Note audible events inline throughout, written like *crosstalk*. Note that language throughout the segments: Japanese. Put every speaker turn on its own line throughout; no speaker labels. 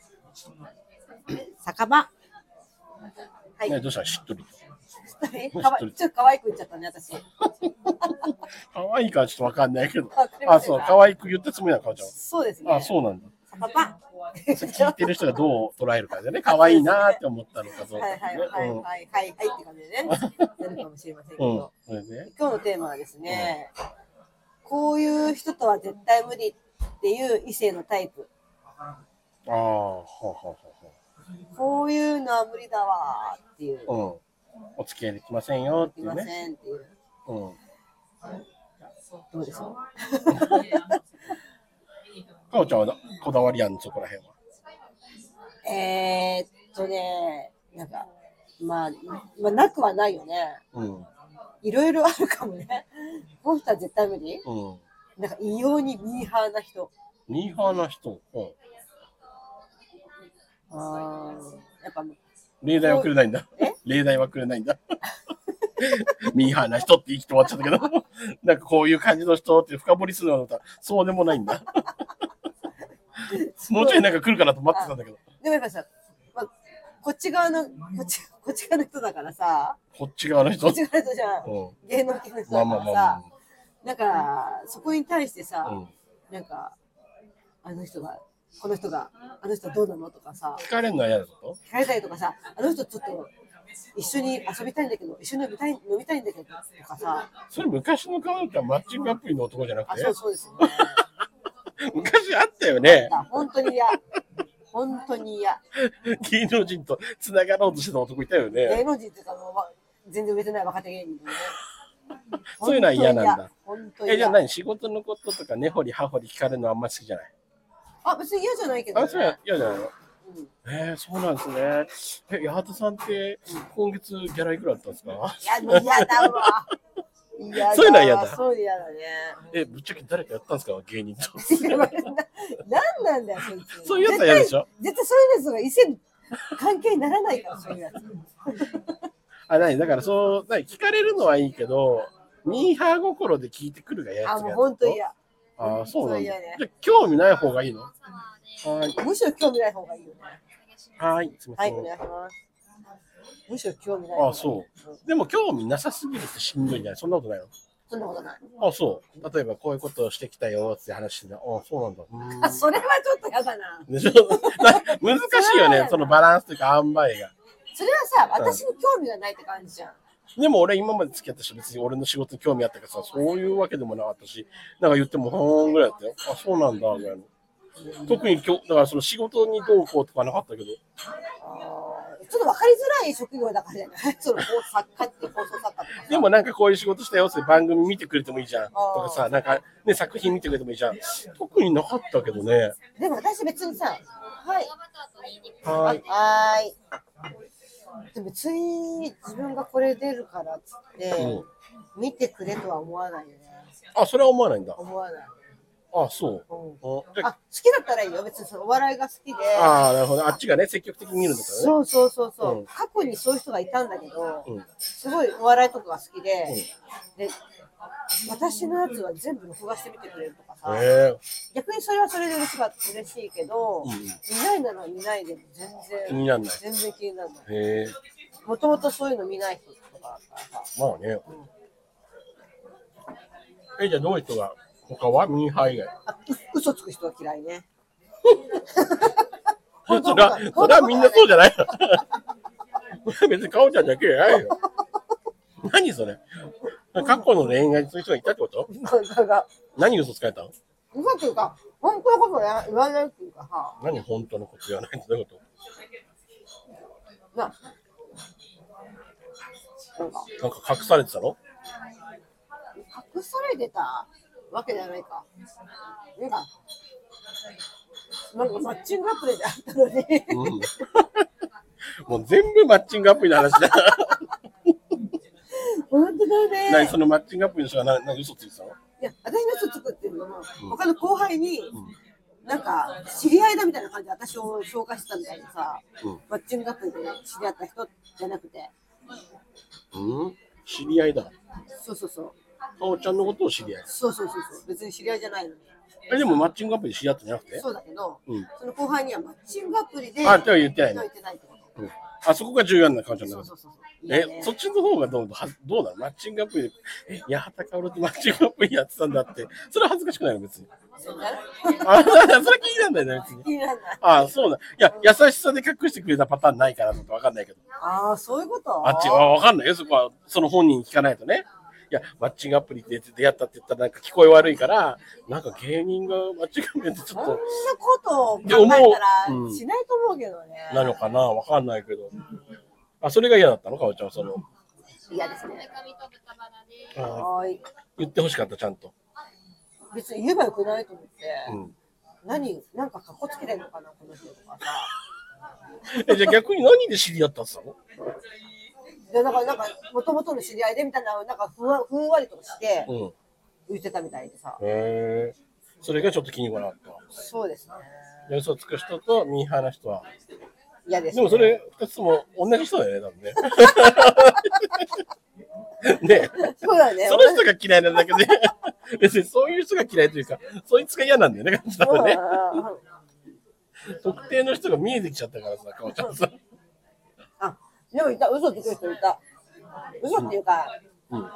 酒
*laughs*
場。は
ね、
い。
どうしたしっとり。
えかわいちょっと可愛く言っちゃったね、私。
可愛いかはちょっとわかんないけど。
わかり
あ、
ません
そう、
か
可愛く言ったつもりなのかおちゃん。
そうですね。
あ、そうなんだ。
酒場。
聞いてる人がどう捉えるかでね、可愛いなーって思ったのかどうか
はいはいはいはい
ね。
はいはいって感じでね、なるかもしれませんけ
うん。うん
ど、。
それで。
今日のテーマはですね、こういう人とは絶対無理っていう異性のタイプ、
ああ、はあはあは
こういうのは無理だわーっていう
あ、はあ。うん。お付き合いできませんよっ
い
てい
ま
うね。
せんっていう、
うん。
どうでしょ
かおちゃんはなこだわりあるのそこら辺は。
う。えー、っとね、なんか、まあ、まあ、なくはないよね。
うん。
いろいろあるかもね。この人は絶対無理
うん。
なんか異様にミーハーな人。
ミーハーな人。うん。
あーやっぱ
例題はくれないんだ
え。
例題はくれないんだ。 *laughs* ミーハーな人って言い切って終わっちゃったけど、 *laughs* なんかこういう感じの人って深掘りするのだったら、そうでもないん
*laughs*
だ。もうちょいなんか来るかなと待ってたんだけど、
でもやっぱさ、まあ、こっち側のこっちこっち側の人だからさ、
こっち側の人。
こ
う
っち側の人じゃん、
ん。
芸能系の人
まあ
だから
まあまあ
さ、なんかそこに対して
まあ。
さ、
うん
なんかあの人がこの人があの人どうなのとかさ、
聞かれるのは嫌だと
聞かれたりとかさ、あの人ちょっと一緒に遊びたいんだけど、一緒に飲みたい飲みたいんだけどとかさ、
それ昔の顔だったらマッチングアプリの男じゃなく
あ
て
そう、そうですよね。
昔あったよね。
だ本当に嫌。本当に嫌。
芸能人と繋がろうとしてた男いたよね。
芸能人っていうかもうわ全然売れてない若手芸人でね。
そういうのは嫌なんだ
本当に嫌。本当に嫌
え、じゃあ何仕事のこととか根掘り葉掘り聞かれるのあんま好きじゃない
あ、別に嫌じゃないけど、ね。
あ、そうや、嫌じゃないの
うん。
えー、そうなんですね。え、八幡さんって今月ギャラいくらだったんですか
いや、もう嫌だわ。嫌だわ
そういうのは嫌だ
そういうの嫌だね。 *laughs*
え、ぶっちゃけ誰かやったんですか芸人と。
いやなんなんだよ、そいつ。
そういうやつは嫌でしょ
絶対絶対そういうやつが異性の関係にならないから、そういうやつ。
あ、ない、だからそう、ない、聞かれるのはいいけど、ミーハー心で聞いてくるが嫌やつ
あ、
が
もう本当に
や
嫌。
あー、そうなんだ。
そう
じゃ
嫌ね
あ興味ない方がいいのはーい。
むしろ興味ない方がいいよね。
はーい。すみま
は
せ
い、
ん。
お願いします。むしろ興味ない
あ、そう。でも興味なさすぎるってしんどいんじゃないそんなことないの
そんなことない。
あ、そう。例えばこういうことをしてきたよって話してた。あ、そうなんだ。うーん
あ、それはちょっと嫌だ
*laughs*
な。
でしょ難しいよね、そのバランスというか、塩梅が。
それはさ、私に興味がないって感じじゃん。
でも俺今まで付き合った人別に俺の仕事に興味あったからさ、そういうわけでもなかったし、なんか言っても、ほーんぐらいだったよ。あ、そうなんだ、ぐらいの。特に今日、だからその仕事にどうこうとかなかったけど、
あーちょっと分かりづらい職業だからじゃない *laughs* その作家って放送作家とかさ
でもなんかこういう仕事したよって番組見てくれてもいいじゃん。と
あー
かさ、なんかね、作品見てくれてもいいじゃん。特になかったけどね。
でも私別にさ、はい、
はーい。
はーい。でも別に自分がこれ出るからっつって、
うん
見てくれとは思わないよね。
あ、それは思わないんだ。
思わない。
あ、そう。
うん
あで
あ、好きだったらいいよ。別にそのお笑いが好きで。
あー、なるほど。あっちがね、積極的に見るんだったらね。
そうそうそうそう、
うん
過去にそういう人がいたんだけど、
うん
すごいお笑いとかが好きで,、で私のやつは全部録画してみてくれるとかさ、
へえ
逆にそれはそれで嬉しか嬉しいけど、
うんうん
見ないなら見ないでも全
気
然
にならない。
全然気にならない
へえ
もともとそういうの見ない人とかだからさ
まあね。え、じゃあどういう人が他はミーハー以外。
あう嘘つく人は嫌いね
そ
本当
りゃ、そりゃみんなそうじゃない *laughs* の。別にかおちゃんだけじゃないよ。何それ過去の恋愛にそういう人がいたってこと
本当が
何嘘つかれたの
嘘つうか本当のことは言わないっていうかさ
何本当のこと言わないってどういうこ
ななんか
となんか隠されてたの
隠されてたわけじゃないか。なんか、なんかマッチングアプリであったのに、
うん。もう全部マッチングアプリの話 *laughs* だ。
本当だ
何
ね。
そのマッチングアプリの人が何何嘘ついてたの
いや、私の人作ってるのも、他の後輩に、なんか、知り合いだみたいな感じで私を紹介してたみたいなさ、
うん
マッチングアプリで知り合った人じゃなくて、
うん知り合いだ。
そうそうそう、
かおちゃんのことを知り合い。
そうそうそうそう、別に知り合いじゃないのに。
え、でもマッチングアプリで知り合ったんじゃなくて
そうだけど、
うん
その後輩にはマッチングアプリで、
あ、では言ってない
言
の
っ。てないってこと。
うんあそこが重要な感じなんだ
そう
けど
そうそうそう。いい
え、
ね
そっちの方がどうはどうなのマッチングアプリで、え、八幡薫とマッチングアプリやってたんだって、それは恥ずかしくないの、別に。
そうだね
あ、それ気になんないね、別
*laughs*
に。
気にならない。
あそうなん。いや、優しさで隠してくれたパターンないからとかわかんないけど。
ああ、そういうこと
あっち、あわかんないよ、そこは。その本人に聞かないとね。いや、マッチングアプリで出会ったって言ったらなんか聞こえ悪いから、なんか芸人がマッチングアプリってち
そ
ょっ
んな
と、
ことを考えた
う
ら
ん
しないと思うけどね。
なのかなわかんないけど。あ、それが嫌だったのかおちゃん、その。
嫌ですね。
あ
はーい。
言ってほしかった、ちゃんと。
別に言えばよくないと思って。
うん。
何、なんかかっこつけてんのかな、この人とかさ。
え、じゃあ逆に何で知り合ったって言っ
で、なんか、なんか、もともとの知り合いでみたいな、なんかふわ、ふんわりとして
た、のうん。
言ってたみたいでさ。
へえ。それがちょっと気に食わなかっ
そうですね。
た。嘘つく人とミーハーな人は。
嫌です、
でもそれ、二つとも同じ人だよね、多分ね。ねえ
そうだね。
その人が嫌いなだけで、別にそういう人が嫌いというか、そいつが嫌なんだよね、感じだとね。
うんうんうん
特定の人が見えてきちゃったからさ、かおちゃんさ。
あ、でもいた、嘘つく人いた。嘘っていうか、
うん。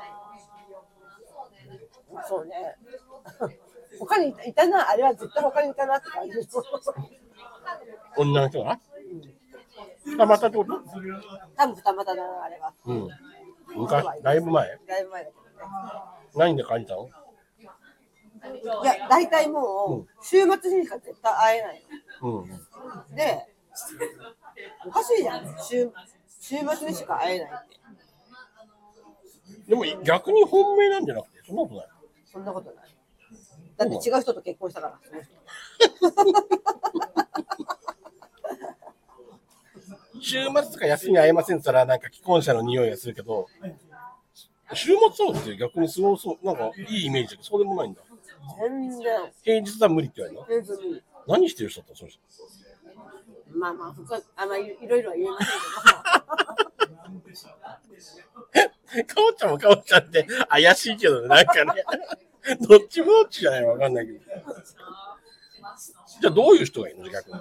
そうね。他にいたいたな、あれは絶対他にいたなって感じ。
女の人があ、またってこと
多分二股だな、あれは。
うん。昔、だいぶ前
だいぶ前だけ
何で感じた
ど
の
ね。いや、大体もう、週末にしか絶対会えない
うん。
の。で、おかしいじゃん。週週末にしか会えないって。
でも逆に本命なんじゃなくて、そんなことない。
そんなことない。だって違う人と結婚したから、その人
週末とか休み会えませんって言ったら、なんか既婚者の匂いがするけど、週末なんて逆にすごそう、なんかいいイメージだけど、そうでもないんだ。
全然、
平日は無理って言われるの
全然。
何してる人だったのその人。
まあまあ、深くあまりいろいろは言えません
かおちゃんもかおちゃんって怪しいけどね、なんかね。 *laughs* どっちもどっちじゃないのわかんないけど。じゃあどういう人がいいの逆に。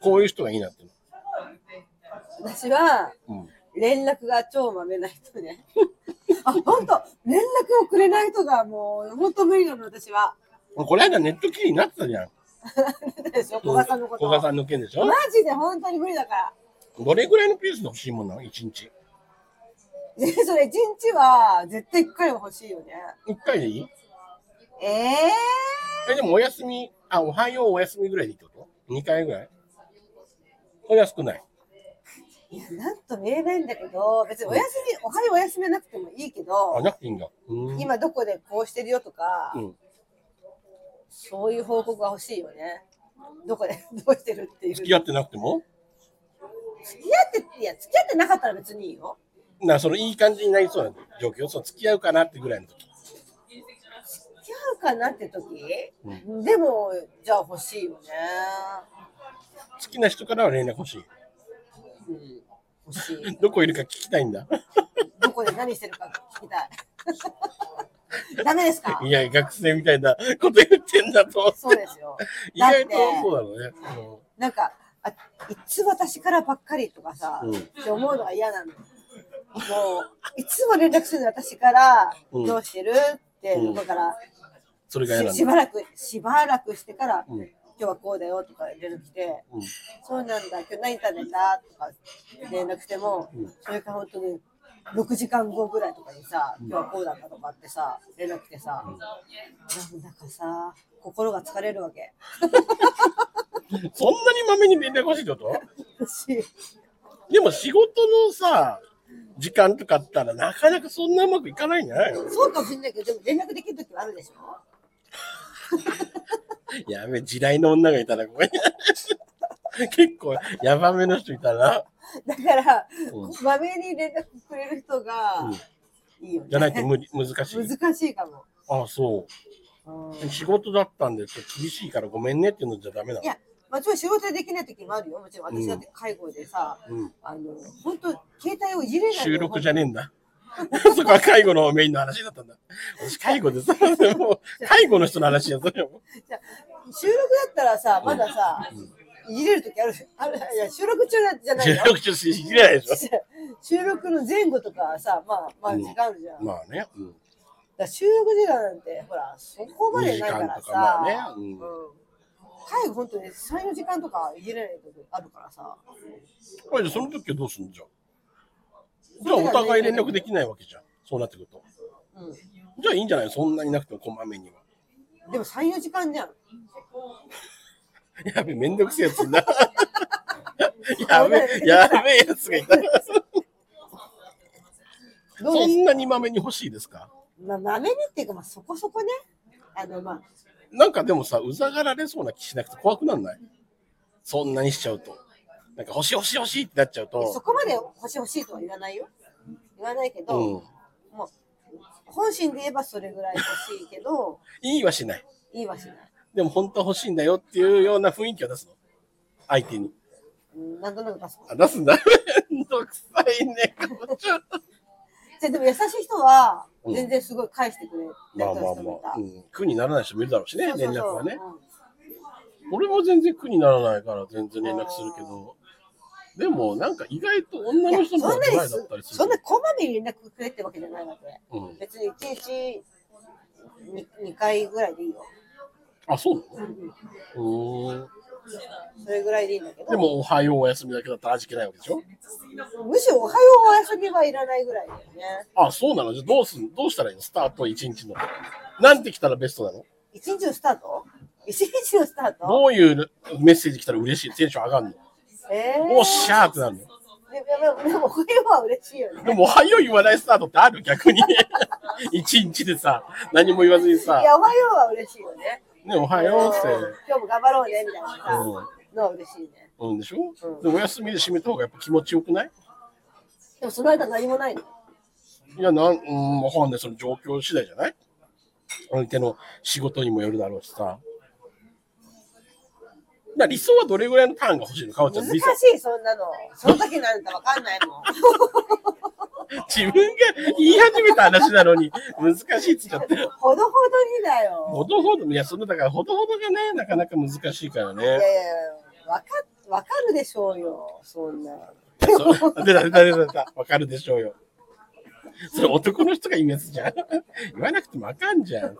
こういう人がいいなっていう
けど、私は、
の。うん。
連絡が超まめな人ね。あ、本当連絡をくれない人がもう、本当無理なの、私は。
この間ネット記事になってたじゃん。
でしょ、古賀さんのこと。
小賀さんの件でしょ
マジで本当に無理だから。
どれぐらいのペースで欲しいもんなの一日。
で、 *laughs* それ、一日は、絶対一回は欲しいよね。
一回でいい
ええ
え、でもお休み、あ、おはようお休みぐらいでいいってこと ?2 回ぐらいお安くない。
ー。いや、なんとも言えないんだけど、別にお休み、おはようお休みはなくてもいいけ
あ、
ど、
なくていいんだ。うーん。
今どこでこうしてるよとか、
うん。
そういう報告が欲しいよね。どこで *laughs* どうしてるっていう。
付き合ってなくても
付き合って、いや、付き合ってなかったら別にいいよ。
な、そのいい感じになりそうな状況。その付き合うかなってぐらいの時。
付き合うかなって時、
う
でもじゃあ欲しいよね、
好きな人からは連絡欲しい。
うん、欲し
*laughs*
い
どこいるか聞きたい
*laughs*
んだ。
どこで何してるか聞きたい *laughs* ダメですか
いや、学生みたいなこと言ってんだと。
そうですよ
意外と
だって
そうだろ
なんかあいつ私からばっかりとかさ、
うん
って思うのが嫌なのもういつも連絡するの私から「
うん
どうしてる?」って
うん
だから、
う。それが嫌な
し
ん
し
だ。
ばらくしばらくしてから「
うん
今日はこうだよ」とか連絡来て。
うん
そうなんだ、今日何食べたとか連絡しても、
うん
それから本当に6時間後ぐらいとかにさ、今日はこうだったとかってさ、連絡来てさ、なんだかさ、心が疲れるわ
*laughs*
け。
そんなにまめに連絡欲しいってこと
私、
でも仕事のさ、時間とかあったらなかなかそんなうまくいかないんじゃないの
そうかもしれないけど、でも連絡できる時はあるでしょ
やべえ、地雷の女がいたらごめん。 *laughs* 結構、ヤバめの人いたら、
だから、
うん
まめに連絡くれる人がいいよね。
じゃないと無理難しい。
難しいかも。
ああ、そうう。
ん
仕事だったんで、ちょっと厳しいからごめんねっていうのじゃダメなの
い。や、まあ、ちろん仕事できない時もあるよ。もちろん私だって介護でさ、
うん、
あの、本当携帯をいじれないの
収録じゃねえんだ。 *laughs* そこは介護のメインの話だったんだ。私、介護でさ、 *laughs* もう介護の人の話や、それはも
収録だったらさ、まださ、いじれる時ある、ある、いや、収録中じゃ
う。
ない
収
よ。
録中、知れないでしょ。
*laughs* 収録の前後とかさ、まあ、まあ、時間あるじゃん。だか
まあね。うん
ら収録時間なんて、ほら、そこまでないから
二時間とかま
さ
あねう、ん
うん介護本当に3、4時間とかいじれない時あるからさ。
これじゃあその時はどうするんじゃん。じゃあ、お互い連絡できないわけじゃん。そうなってくると。
うん。
じゃあ、いいんじゃないそんなになくても、こまめには。
でも3、4時間じゃん。
*laughs* やべえ、めんどくせえやつ
*laughs*
いな。やべえ、やべえやつがいた。
どう
そ
です
んなにまめに欲しいですか
まあ、まめにっていうか、まあ、そこそこね。あの、まあ、
なんかでもさ、うざがられそうな気しなくて怖くなんないそんなにしちゃうと。なんか欲しい欲しい欲しいってなっちゃう
そ
と。
こまで欲しい欲しいとは言わないよ。言わないけど、
うん。
もう、本心で言えばそれぐらい欲しいけど、
いいはしない。
いいはしない。
でも本当は欲しいんだよっていうような雰囲気を出すの。相手に。
うんなんとなく出す
あ出すんだ。 *laughs* めんどくさいね。
*laughs* じゃあでも優しい人は
うん
全然すごい返してくれる
まあまあ
人
ま
もいた
あ。うん苦にならない人もいるだろうしね、
そうそう
連絡
そう
はね。
うん
俺も全然苦にならないから全然連絡するけど。でもなんか意外と女
い
の
や
人の
そ
方
ん
が
なに
前だ
す
ったりす
そ
る
ん。なこまめに連絡くれってわけじゃないわけ。
うん、
別に1日 2, 回ぐらいでいいよ。
あ、そうな
うん
のうーん。
それぐらいでいいんだけど、
でも、おはようお休みだけだったら味気ないわけでしょ
むしろおはようお休みはいらないぐらいだよね。
あ、そうなのじゃあどうすんどうしたらいいのスタート1日の。なんて来たらベストなの
一日のスタート一日のスタート
どういうメッセージ来たら嬉しいテンション上がる
えー
のおっしゃーってなるの
ででもでもおはようは嬉しいよね。
でも、おはよう言わないスタートってある逆に。1日でさ、何も言わずに
いや、
さ、
おはようは嬉しいよね。
ね、おはよう
うん
っ
今日も頑張ろうね、みたいなさ、のは嬉しいね。
て。うんでしょ
うん
でもお休みで締めた方がやっぱ気持ちよくない
でもその間何もないの。
いや、なん、うん、わかんない。その状況次第じゃない相手の仕事にもよるだろうしさ。まあ理想はどれぐらいのターンが欲しいのかおちゃ
難
ん、
し
理想。
い、そんなの。その時なんてわかんないもん。
自分が言い始めた話なのに、難しいっつっちゃって。
ほどほどにだよ。
ほどほど、いや、そのだから、ほどほどがね、なかなか難しいから
いやい
ね。
や、わか、わかるでしょうよ、そんな。
*laughs* そう出た、出た、出た、出た。わかるでしょうよ。それ男の人が言うやつじゃん。言わなくてもあかんじゃん。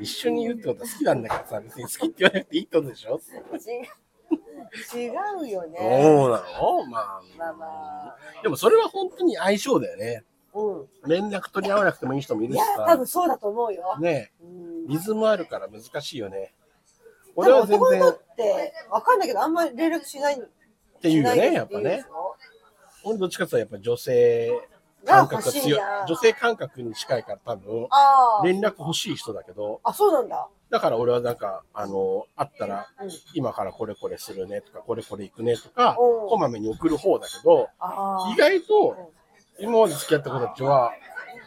一緒にいるってことは好きなんだからさ、別に好きって言わなくていいってことでしょ
違う。違うよね。
そうなのま
まあま
あ。でもそれは本当に相性だよね。
う
連絡取り合わなくてもいい人もい
ん。
る
い
し
や、多
さ。
分そうだと思うよ。
ね
うん。
リズムあるから難しいよね。
で
俺
も
は全
男の人
然
っ。て、わかんないけど、あんまり連絡しない。っ
っていうよね、やっぱね。。俺どっちかっていうとやっぱ女性感覚が
が欲しい
強い
な。
女性感覚に近いから多分、
ああ。
連絡欲しい人だけど、
あ、そうなんだ。
だから俺はなんか、あの、会ったら、
うん。
今からこれこれするねとか、これこれ行くねとか、
おう
こまめに送る方だけど、
あ
意外と今まで付き合った子たちは、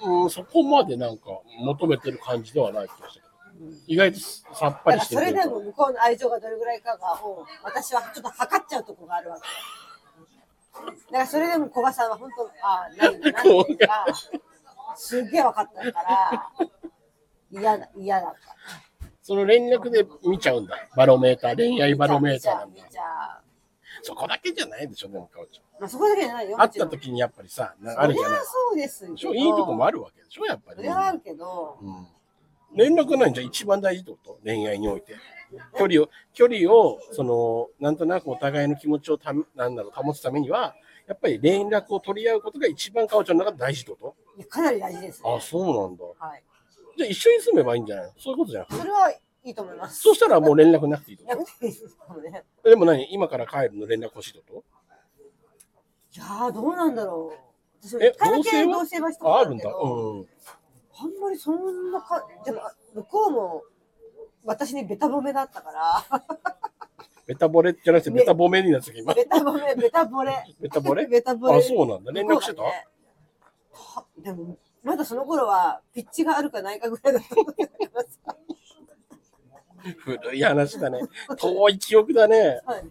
うん、そこまでなんか求めてる感じではない気がしたけど、意外とさっ
あ。
ぱ
だ
り
から
して
そ
る
れ
というか
でも向こうの愛情がどれぐらいかが、うん私はちょっと測っちゃうとこがあるわけ。だからそれでも古賀さんは本当、ああ、なんだなっていうか、すげえ分かったから、嫌だ、嫌だった。
その連絡で見ちゃうんだ。バロメーター、恋愛バロメーターなん
見
だ
ちゃう。見ちゃう
そこだけじゃないでしょ、でも、かおちゃん。
まあそこだけじゃないよ。
会った
もち
時にやっぱりさ、な
ろ
ん
ん
かあるじゃない
そりゃそうですよ
でしょ。いいとこもあるわけでしょ、やっぱ
そ
り
れ。はあるけど、
うん連絡ないんじゃ一番大事ってこと恋愛において。距離を、距離を、その、なんとなくお互いの気持ちをため、なんだろう、保つためには、やっぱり連絡を取り合うことが一番かおちゃんの中で大事ってこ
いやかなり大事です、
とあ、そうなんだ。
はい。
じゃあ一緒に住めばいいんじゃないのそういうことじゃん。
それはいいと思います。
そしたらもう連絡なくていいって
な
こ
くていいですかもね。
とでも何今から帰るの連絡欲しいってこ
いやー、どうなんだろう。私も
え
一回だけ
同棲は
同棲はした
とあ、
こ
あ
と
るん
け
だ。
ど
うん。
あんまりそんなか、でも、向こうも、私にベタ褒めだったから、
ベタボレじゃなくて、ベタボメになってた今。
ベタ褒め、ベタ惚れ。
ベタボレ
*laughs* ベタ惚れ。
あ、そうなんだ。連絡してた
向こうがねはでも、まだその頃は、ピッチがあるかないかぐらいだと思うからさ。 *laughs*
古い話だね。遠い記憶だね。
そうね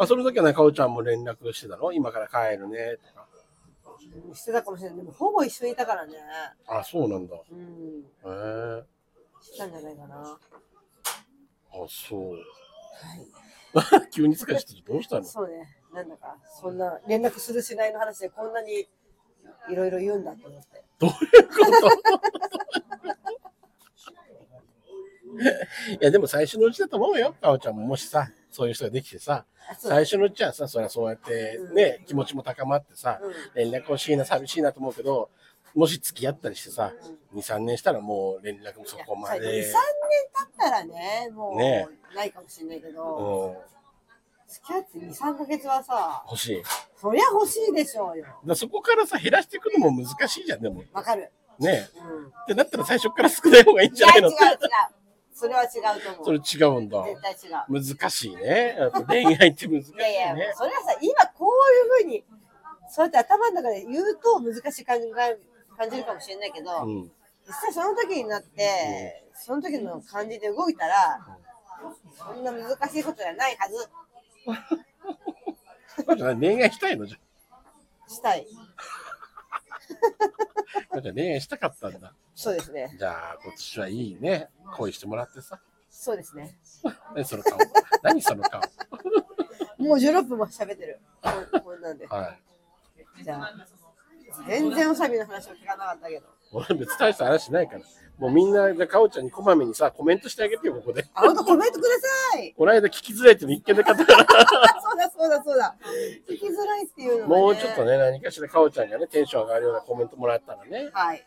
あ、その時はね、かおちゃんも連絡してたの今から帰るね、とか。
うんしてたかもしれない。でも、ほぼ一緒にいたからね。
あ、そうなんだ。へ
うん。
え
したんじゃないかな。は
あ、そう。
い。
*laughs* 急に使いしてどうしたの
そうね。なんだか、そんな、連絡するしないの話でこんなにいろいろ言うんだと思って。
どういうこと *laughs* いやでも最初のうちだと思うよ、かおちゃんももしさ、そういう人ができてさ、
あそう
最初のうちはさ、そりゃそうやってね、気持ちも高まってさ、連絡欲しいな、寂しいなと思うけど、もし付き合ったりしてさ、2、3年したらもう連絡もそこま
最後2、3
で
年。経ったらね、もう
ね
ないかもしれないけ
う
ど、
ん、
付き合って2、3ヶ月はさ、
欲しい。だか
そりゃ欲しいでしょうよ。
らそこからさ、減らしていくのも難しいじゃん、でも。
わかる。
ね
うん。
ってなったら最初から少ない方がいいん
い
じゃ
や、
ない
違う違う
のって。。
それは違うと
*laughs* そ
思
れ
う。
違うんだ。
絶対違う。
難しいね。やっぱ恋愛って難しい
いやいや、
ね。
それはさ、今こういうふうに、そうやって頭の中で言うと難しい感じが感じるかもしれないけど、
うん、
実際その時になって、その時の感じで動いたら、そんな難しいことじゃないはず
まだ恋愛したいのじゃ
したい。
あ。まだ恋愛したかったんだ。
そうですね。
じゃあ、今年はいいね。恋してもらってさ。
そうですね。
何その顔。何その顔。
もう16分も喋ってる。こんこんなんで。
はい。
じゃあ、全然おしゃべりの話を聞かなかったけど。
俺別に大した話しないから。もうみんな、じゃあ、かおちゃんにこまめにさ、コメントしてあげてよ、ここで。
あ、ほんとコメントください。 *laughs*
この間聞きづらいっていうの一見なかったか
あ、
ら、
*laughs* そうだそうだそうだ。聞きづらいっていうの、ね、
もうちょっと。ね、何かしらかおちゃんがね、テンション上がるようなコメントもらったらね、
はい。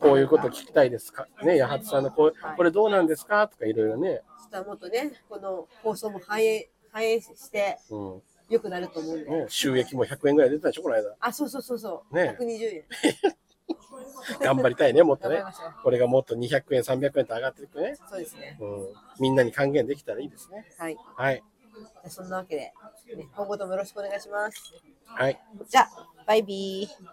こういうこと聞きたいですか。ね、八幡さんのこう、これどうなんですかとかいろいろね。
ちょっともっとね、この放送も反映反映して
うん。
良くなると思うんで。
ね、収益も100円ぐらい出たでしょ、この間。
あ、そうそうそうそう。
ね
120円。
頑張りたいね、もっとね
頑張りましょう。
これがもっと200円、300円と上がっていくね。
そうですね。
うん、みんなに還元できたらいいですね。
はい。じ
はい。
ゃあそんなわけで、ね、今後ともよろしくお願いします。
はい。
じゃあ、バイビー。